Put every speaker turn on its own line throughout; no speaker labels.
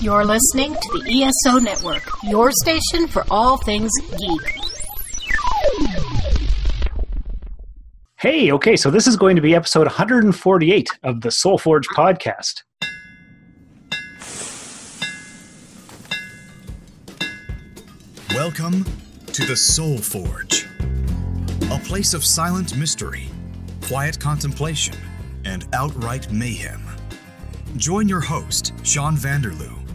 You're listening to the ESO Network, your station for all things geek.
Hey, okay, so this is going to be episode 148 of the Soul Forge podcast.
Welcome to the Soul Forge, a place of silent mystery, quiet contemplation, and outright mayhem. Join your host, Sean Vanderloo,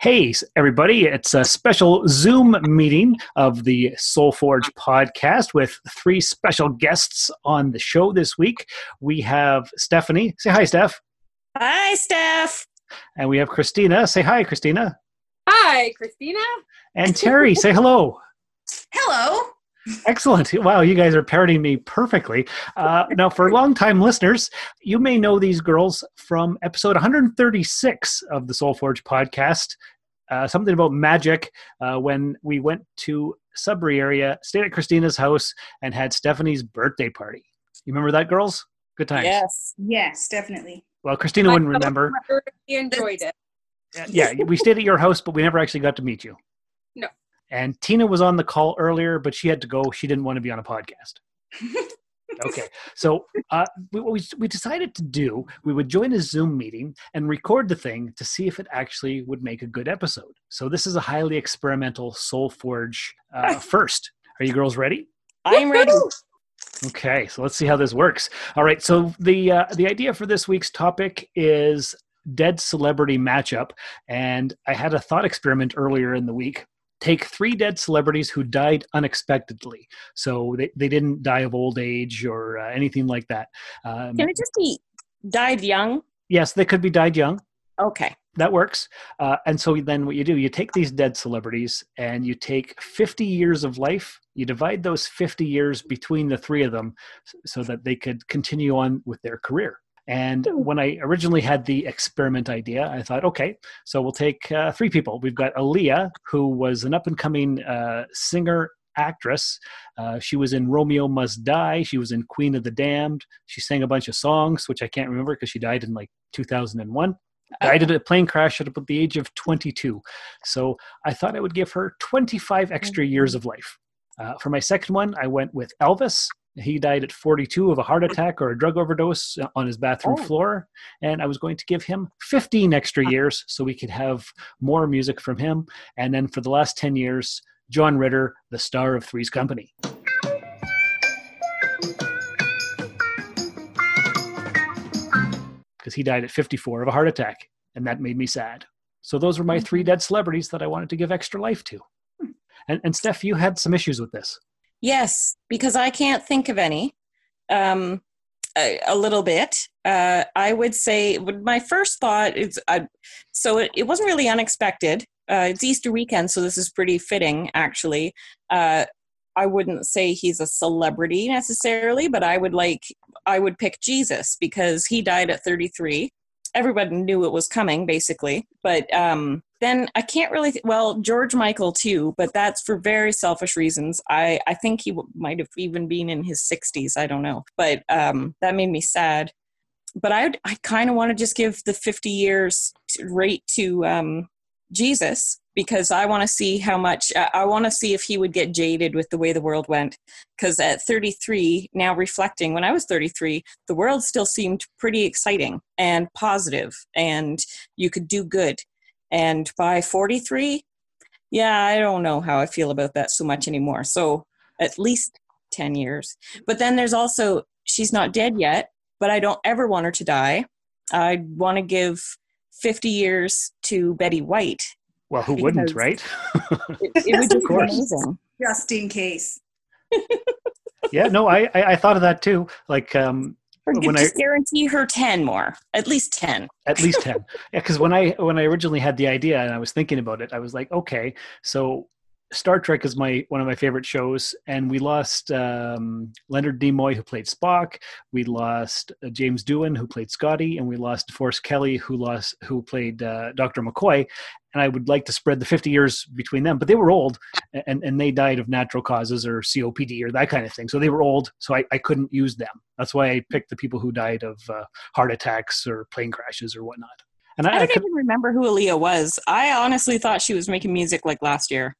Hey, s- everybody, it's a special Zoom meeting of the Soul Forge podcast with three special guests on the show this week. We have Stephanie. Say hi, Steph.
Hi, Steph.
And we have Christina. Say hi, Christina.
Hi, Christina.
And Terry. say hello.
Hello.
Excellent. Wow, you guys are parroting me perfectly. Uh, now, for longtime listeners, you may know these girls from episode 136 of the Soul Forge podcast, uh, something about magic, uh, when we went to Sudbury area, stayed at Christina's house, and had Stephanie's birthday party. You remember that, girls? Good times.
Yes.
Yes, definitely.
Well, Christina wouldn't
I
remember.
really enjoyed it.
Uh, yeah, we stayed at your house, but we never actually got to meet you.
No.
And Tina was on the call earlier, but she had to go. She didn't want to be on a podcast. okay. So uh, we, what we, we decided to do, we would join a Zoom meeting and record the thing to see if it actually would make a good episode. So this is a highly experimental Soul Forge uh, first. Are you girls ready?
I'm ready.
Okay, so let's see how this works. All right, so the uh, the idea for this week's topic is dead celebrity matchup, and I had a thought experiment earlier in the week. Take three dead celebrities who died unexpectedly, so they, they didn't die of old age or uh, anything like that. Um,
Can it just be died young?
yes, they could be died young.
Okay.
That works. Uh, and so then what you do, you take these dead celebrities and you take 50 years of life, you divide those 50 years between the three of them s- so that they could continue on with their career. And when I originally had the experiment idea, I thought, okay, so we'll take uh, three people. We've got Aaliyah, who was an up and coming uh, singer actress. Uh, she was in Romeo Must Die. She was in Queen of the Damned. She sang a bunch of songs, which I can't remember because she died in like 2001 died in a plane crash at about the age of 22. So I thought I would give her 25 extra years of life. Uh, for my second one, I went with Elvis. He died at 42 of a heart attack or a drug overdose uh, on his bathroom
Oh.
floor. And I was going to give him 15 extra years so we could have more music from him. And then for the last 10 years, John Ritter, the star of Three's Company. because he died at 54 of a heart attack, and that made me sad. So those were my three dead celebrities that I wanted to give extra life to. And, and Steph, you had some issues with this.
Yes, because I can't think of any. Um, a, a little bit. Uh, I would say would- my first thought is I, so it, it wasn't really unexpected. Uh, it's Easter weekend, so this is pretty fitting, actually. Uh, I wouldn't say he's a celebrity necessarily, but I would like I would pick Jesus because he died at 33. Everybody knew it was coming, basically. But um, then I can't really. Th- well, George Michael too, but that's for very selfish reasons. I I think he w- might have even been in his 60s. I don't know, but um, that made me sad. But I would- I kind of want to just give the 50 years t- rate to um, Jesus because I want to see how much uh, I- I want to see if he would get jaded with the way the world went. Because at 33, now reflecting, when I was 33, the world still seemed pretty exciting and positive, and you could do good. And by 43, yeah, I don't know how I feel about that so much anymore. So at least 10 years. But then there's also, she's not dead yet, but I don't ever want her to die. I want to give 50 years to Betty White.
Well, who wouldn't,
Because-
right?
It, it would just be
course.
amazing.
Just in case.
yeah, no, I, I I thought of that too. Like, um,
Or
When
just
I-
guarantee her 10 more, at least 10.
at least 10 yeah because when i when i originally had the idea and i was thinking about it i was like okay so star trek is my one of my favorite shows and we lost um, leonard nimoy who played spock we lost uh, james doohan who played scotty and we lost forrest kelly who lost who played uh, dr mccoy and i would like to spread the 50 years between them but they were old and and they died of natural causes or copd or that kind of thing so they were old so i, I couldn't use them that's why i picked the people who died of uh, heart attacks or plane crashes or whatnot. And I,
I
I
don't
could,
even remember who Aaliyah was. I honestly thought she was making music like last year.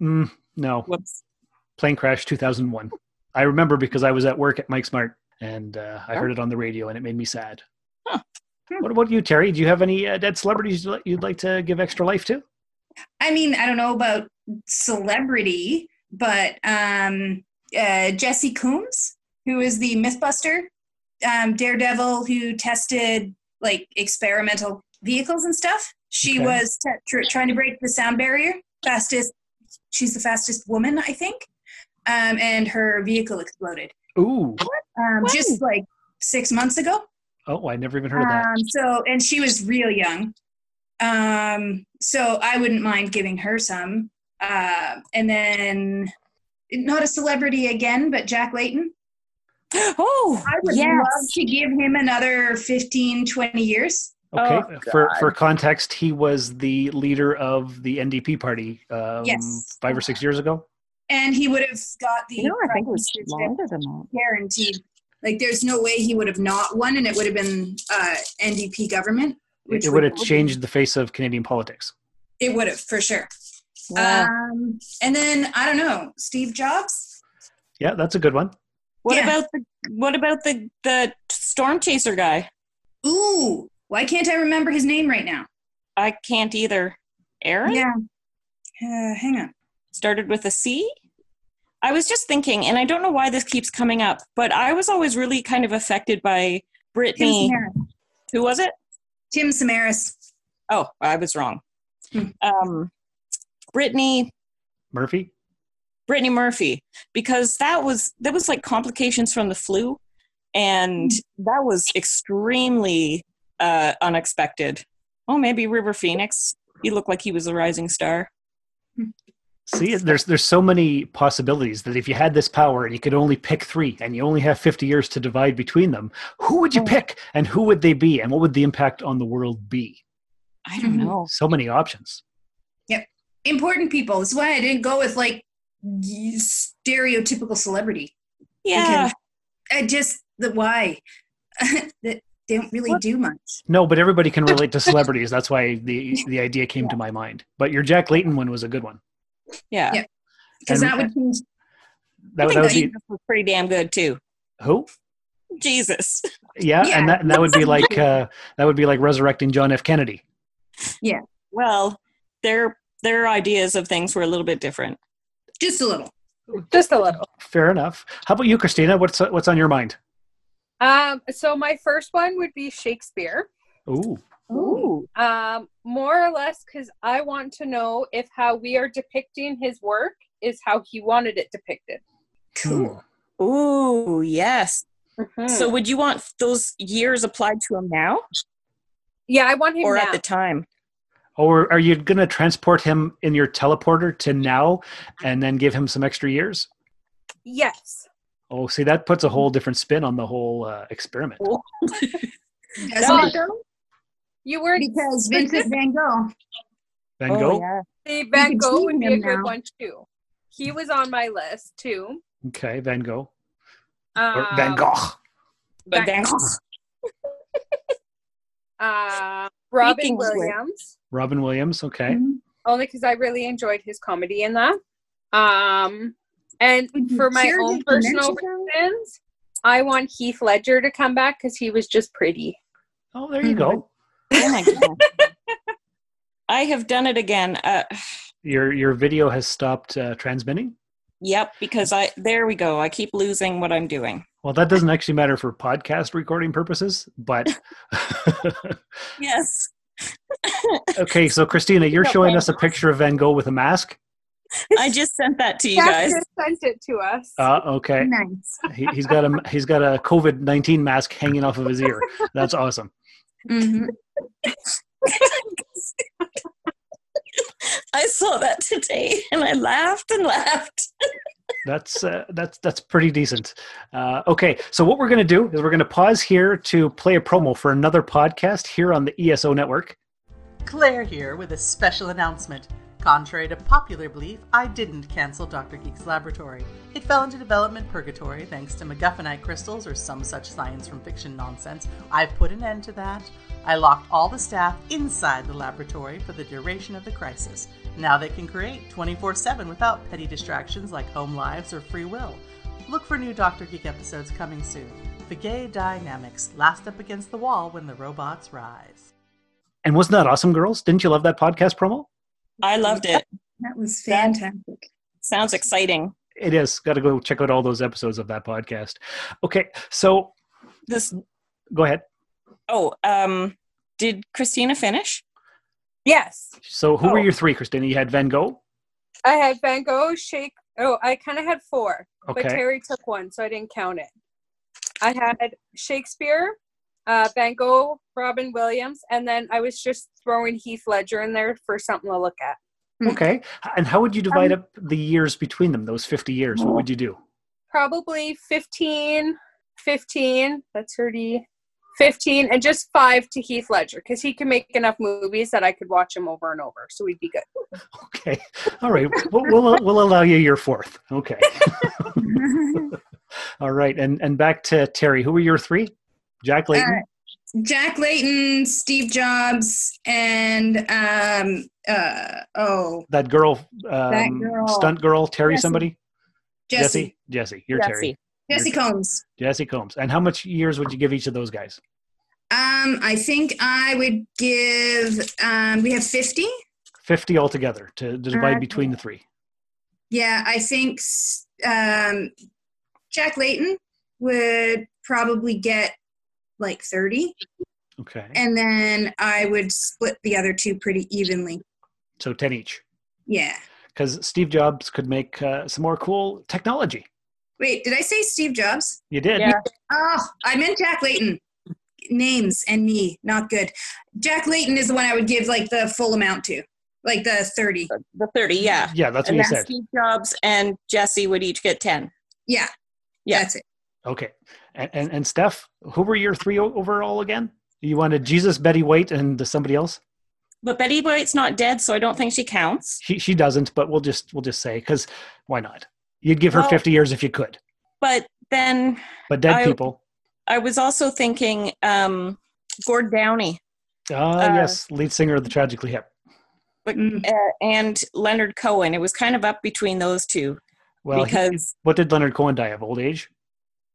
mm, no,
Whoops.
plane crash 2001. I remember because I was at work at Mike Smart and uh, I heard it on the radio and it made me sad.
Huh. Hmm.
What about you, Terry? Do you have any uh, dead celebrities you'd li- you'd like to give extra life to?
I mean, I don't know about celebrity, but um, uh, Jesse Coombs, who is the MythBuster um, daredevil who tested like experimental vehicles and stuff. She
Okay.
was t- tr- trying to break the sound barrier. Fastest, she's the fastest woman, I think. Um, and her vehicle exploded
Ooh,
um,
Wow.
just like six months ago.
oh, I never even heard of that.
Uh,
Um, so, and she was real young. Um, so I wouldn't mind giving her some. Uh, and then, not a celebrity again, but Jack Layton.
Oh,
I would
yes.
love to give him another 15, 20 years.
Okay,
Oh,
for for context, he was the leader of the NDP party um,
Yes.
five or six years ago.
And he would have got the
You know, I think it was
prime ministership
longer than that.
guaranteed. Like, there's no way he would have not won, and it would have been uh, NDP government.
It, it would have changed the face of Canadian politics.
It would have, for sure.
Wow.
Um, and then, I don't know, Steve Jobs?
Yeah, that's a good one.
what
yeah.
about the what about the the storm chaser guy?
Ooh, why can't I remember his name right now?
I can't either. Aaron
Yeah. Uh, hang on.
started with a C. I was just thinking, and I don't know why this keeps coming up, but I was always really kind of affected by
Tim
Brittany.
Samaras.
Who was it?
Tim Samaras.
Oh, I was wrong.
Hmm.
Um, Brittany
Murphy?
Brittany Murphy because that was that was like complications from the flu, and that was extremely uh, unexpected. Oh, maybe River Phoenix. He looked like he was a rising star.
See, there's there's so many possibilities that if you had this power and you could only pick three, and you only have 50 years to divide between them, who would you pick, and who would they be, and what would the impact on the world be?
I don't
Mhm.
know.
So many options.
Important people. That's why I didn't go with like y- stereotypical celebrity.
Yeah,
I just, the why. that they don't really
What?
do much.
No, but everybody can relate to celebrities. That's why the the idea came to my mind. But your Jack Layton one was a good one.
yeah.
Yeah. Because
And-
that would change.
That,
I
that
think
would
Jesus
be
was pretty damn good too.
who?
Jesus.
Yeah,
Yeah.
and that, and that would be like uh, that would be like resurrecting John F. Kennedy.
Well, their their ideas of things were a little bit different.
Just a little.
Just a little.
Fair enough. How about you, Christina? What's what's on your mind?
Um, so my first one would be Shakespeare.
Ooh,
Ooh.
Um, more or less because I want to know if how we are depicting his work is how he wanted it depicted.
Cool.
Ooh, yes. So would you want those years applied to him now
yeah, I want him
or
now.
at the time?
Or are you going to transport him in your teleporter to now and then give him some extra years?
yes.
Oh, see, that puts a whole different spin on the whole uh, experiment.
Oh.
Doesn't it?
You were
Because Vincent Van Gogh.
Van Gogh?
Oh, yeah.
the
can
Van Gogh
see
would be
him
a good
now.
one too. He was on my list too.
Okay, Van Gogh. Or
Um,
Van Gogh.
But
Van
Van Gogh.
Uh, Robin
Speaking of which-
Williams,
Robin Williams.
Mm-hmm.
Okay.
Mhm.
only because I really enjoyed his comedy in that. Um, and for my
Cure
own
his
personal
dementia, though?
reasons, I want Heath Ledger to come back because he was just pretty.
Oh, there you go.
Oh my god. I have done it again. Uh,
Your your video has stopped uh, transmitting.
yep, because I there we go. I keep losing what I'm doing.
Well, that doesn't actually matter for podcast recording purposes, but
Yes.
okay. So, Christina, you're
No,
showing
Van
us a
Gogh.
picture of Van Gogh with a mask.
I just sent that to you guys.
Jasper sent it to us.
Uh, okay.
Nice.
He, he's got a he's got a COVID nineteen mask hanging off of his ear. That's awesome.
Mhm.
I saw that today and I laughed and laughed.
That's uh, that's that's pretty decent. Uh, okay, so what we're going to do is we're going to pause here to play a promo for another podcast here on the ESO network.
Claire here with a special announcement. Contrary to popular belief, I didn't cancel Dr. Geek's laboratory. It fell into development purgatory thanks to MacGuffinite crystals or some such science from fiction nonsense. I've put an end to that. I locked all the staff inside the laboratory for the duration of the crisis. Now they can create 24 7 without petty distractions like home lives or free will. Look for new Dr. Geek episodes coming soon. The gay dynamics last up against the wall when the robots rise.
And wasn't that awesome, girls? Didn't you love that podcast promo?
I loved it.
That was fantastic.
Sounds exciting.
It is. Got to go check out all those episodes of that podcast. Okay, so
This
go ahead.
oh, um did Christina finish?
yes.
So who were
Oh.
your three, Christina? You had Van Gogh.
I had Van Gogh, Shake. Oh, I kind of had four, but
Okay.
Terry took one, so I didn't count it. I had Shakespeare, uh, Van Gogh, Robin Williams, and then I was just throwing Heath Ledger in there for something to look at.
Okay. And how would you divide
Um,
up the years between them? Those fifty years. What
Oh.
would you do?
Probably 15, 15, that's 30, 15, and just five to Heath Ledger because he can make enough movies that I could watch him over and over, so we'd be good.
Okay. All right. We'll we'll, we'll allow you your fourth. Okay. All right. And and back to Terry. Who were your three? Jack Layton.
Uh, Jack Layton, Steve Jobs, and um, uh, oh,
that girl, um,
girl.
stunt girl, Terry
Jessie.
somebody?
Jesse.
Jesse. Jesse. You're Terry.
Jesse Combs.
Jesse Combs. And how much years would you give each of those guys?
Um, I think I would give. Um, we have fifty.
50 altogether to, to divide
Uh,
between the three.
Yeah, I think s- um, Jack Layton would probably get like thirty,
Okay.
and then I would split the other two pretty evenly.
so 10 each.
Yeah.
Because Steve Jobs could make uh, some more cool technology.
Wait, did I say Steve Jobs?
You did.
Yeah.
Oh, I meant Jack Layton. Names and me, not good. Jack Layton is the one I would give like the full amount to, like the thirty.
The 30, yeah.
Yeah, that's what
And
you
then
said.
Steve Jobs and Jesse would each get 10.
Yeah.
Yeah.
That's it.
Okay. And, and, and Steph, who were your three o- overall again? You wanted Jesus, Betty White, and somebody else?
But Betty White's not dead, so I don't think she counts.
She, she doesn't, but we'll just we'll just say because why not? You'd give her
Well-
50 years if you could,
But then
but dead
I-
people.
I was also thinking um, Gord Downey
Ah,
Uh,
yes, lead singer of the Tragically Hip.
Mm.
uh, and Leonard Cohen. It was kind of up between those two
Well, he-
because
what did Leonard Cohen die of? Old age?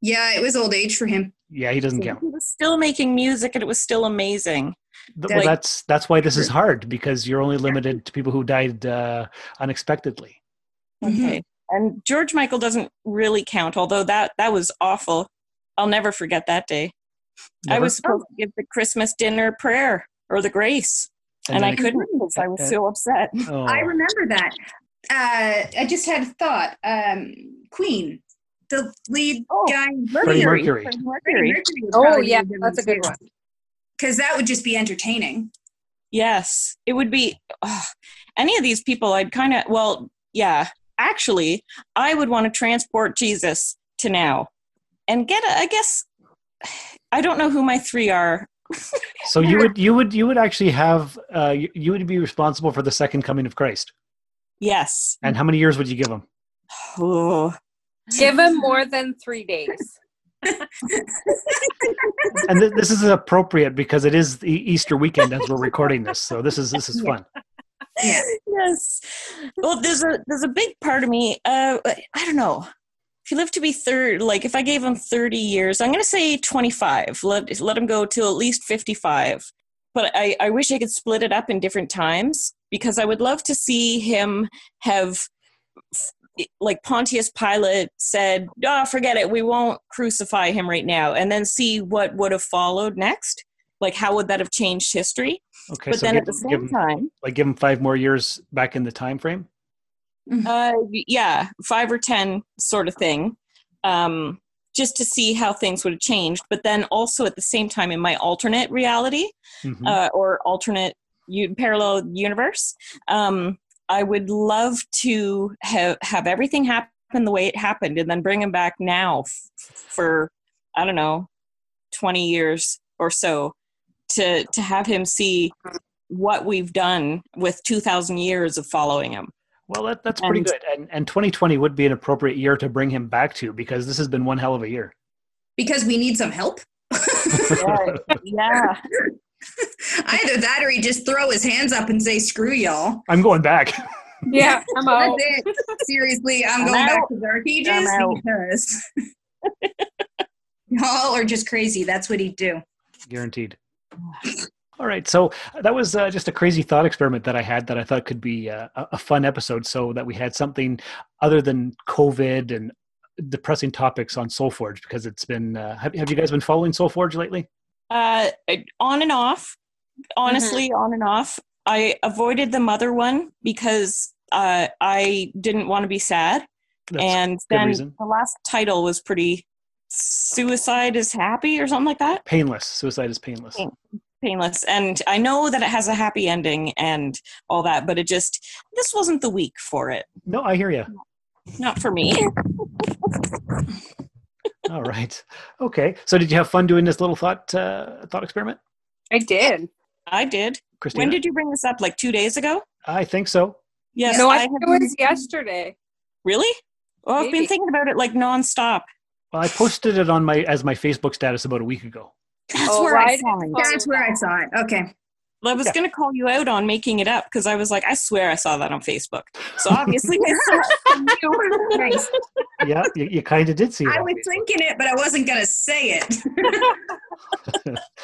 Yeah, it was old age for him.
Yeah, he doesn't
he,
count.
was still making music and it was still amazing.
Th-
Like-
well, that's that's why this is hard because you're only limited to people who died uh, unexpectedly.
Mm-hmm.
Okay. And George Michael doesn't really count, although that that was awful. I'll never forget that day. I
Never-
was supposed to give the Christmas dinner prayer or the grace, and,
then
I
it-
couldn't because I was
and-
so upset.
Oh,
I remember that. Uh, I just had a thought. Um, Queen, the lead
Oh,
guy,
Freddie Mercury.
Freddie
Freddie
Mercury.
Mercury would
Oh,
probably
yeah,
be
that's a good
too.
one.
Because that would just be entertaining.
Yes, it would be oh, any of these people. I'd kind of well, yeah. Actually, I would want to transport Jesus to now and get. A, I guess I don't know who my three are.
So you would you would you would actually have uh, you, you would be responsible for the second coming of Christ.
Yes.
And how many years would you give him?
Oh.
Give him more than three days.
And th- this is appropriate because it is the Easter weekend as we're recording this. So this is this is fun.
Yeah.
yes. Well, there's a there's a big part of me. Uh, I don't know. If you live to be third, like if I gave him 30 years, I'm going to say 25. Let let him go till at least 55. But I I wish I could split it up in different times because I would love to see him have. Like Pontius Pilate said, oh, forget it, we won't crucify him right now, and then see what would have followed next. Like, how would that have changed history?
Okay,
but
so
then
give,
at the
give
same
him
time,
like give him five more years back in the time frame.
Uh, yeah, five or ten sort of thing, um, just to see how things would have changed. But then also at the same time, in my alternate reality
Mhm.
uh, or alternate u- parallel universe, um, I would love to have have everything happen the way it happened, and then bring them back now f- for I don't know twenty years or so to to have him see what we've done with 2000 years of following him
Well, that, that's pretty
And-
good. And and 2020 would be an appropriate year to bring him back to because this has been one hell of a year.
because we need some help.
Right. yeah
Either that or he just throw his hands up and say, screw y'all.
I'm going back.
Yeah, I'm out.
That's it. Seriously, I'm,
I'm
going back
out.
to dark
I'm
ages
out.
because y'all are just crazy. That's what he'd do.
guaranteed all right so that was uh, just a crazy thought experiment that i had that i thought could be uh, a, a fun episode so that we had something other than covid and depressing topics on soulforge because it's been uh, have, have you guys been following soulforge lately
uh on and off honestly
Mm-hmm.
on and off i avoided the mother one because uh i didn't want to be sad
That's-
and then
reason.
the last title was pretty suicide is happy or something like that
painless suicide is painless
Pain- painless and i know that it has a happy ending and all that but it just this wasn't the week for it
no i hear you
not for me
all right okay so did you have fun doing this little thought uh, thought experiment
I did.
i did
christina
when did you bring this up like two days ago
i think so
yes
no, I,
I
think it
have-
was yesterday.
really oh i've
Maybe.
been thinking about it like nonstop
well i posted it on my as my facebook status about a week ago
that's
Oh,
where
I
i
didn't
signed
follow
That's where I saw it. Okay.
Well, I was
Yeah.
going to call you out on making it up because I was like, I swear I saw that on Facebook. So obviously, it's not from you.
Nice.
yeah you, you kind of did see it
I
on
was
Facebook.
thinking it, but I wasn't going to say it.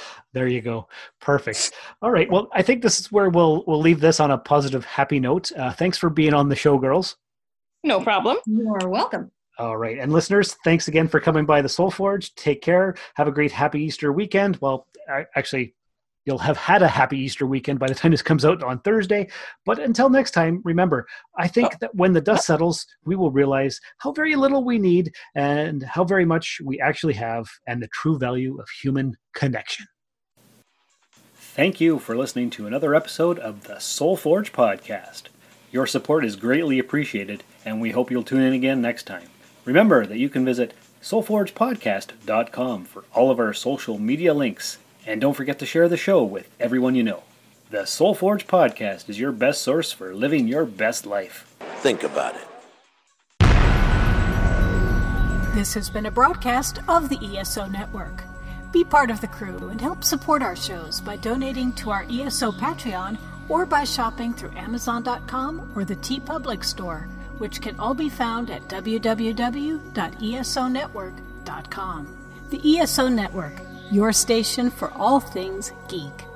there you go perfect all right well i think this is where we'll we'll leave this on a positive happy note uh, thanks for being on the show girls
no problem.
You're welcome.
all right and listeners thanks again for coming by the soul forge take care have a great happy easter weekend well I, actually you'll have had a happy easter weekend by the time this comes out on thursday but until next time remember i think that when the dust settles we will realize how very little we need and how very much we actually have and the true value of human connection Thank you for listening to another episode of the Soul Forge podcast. Your support is greatly appreciated, and we hope you'll tune in again next time. Remember that you can visit soulforgepodcast.com for all of our social media links, and don't forget to share the show with everyone you know. The Soul Forge podcast is your best source for living your best life.
Think about it.
This has been a broadcast of the ESO Network. Be part of the crew and help support our shows by donating to our ESO Patreon or by shopping through Amazon.com or the T Public Store, which can all be found at E www.esonetwork.com. The ESO Network, your station for all things geek.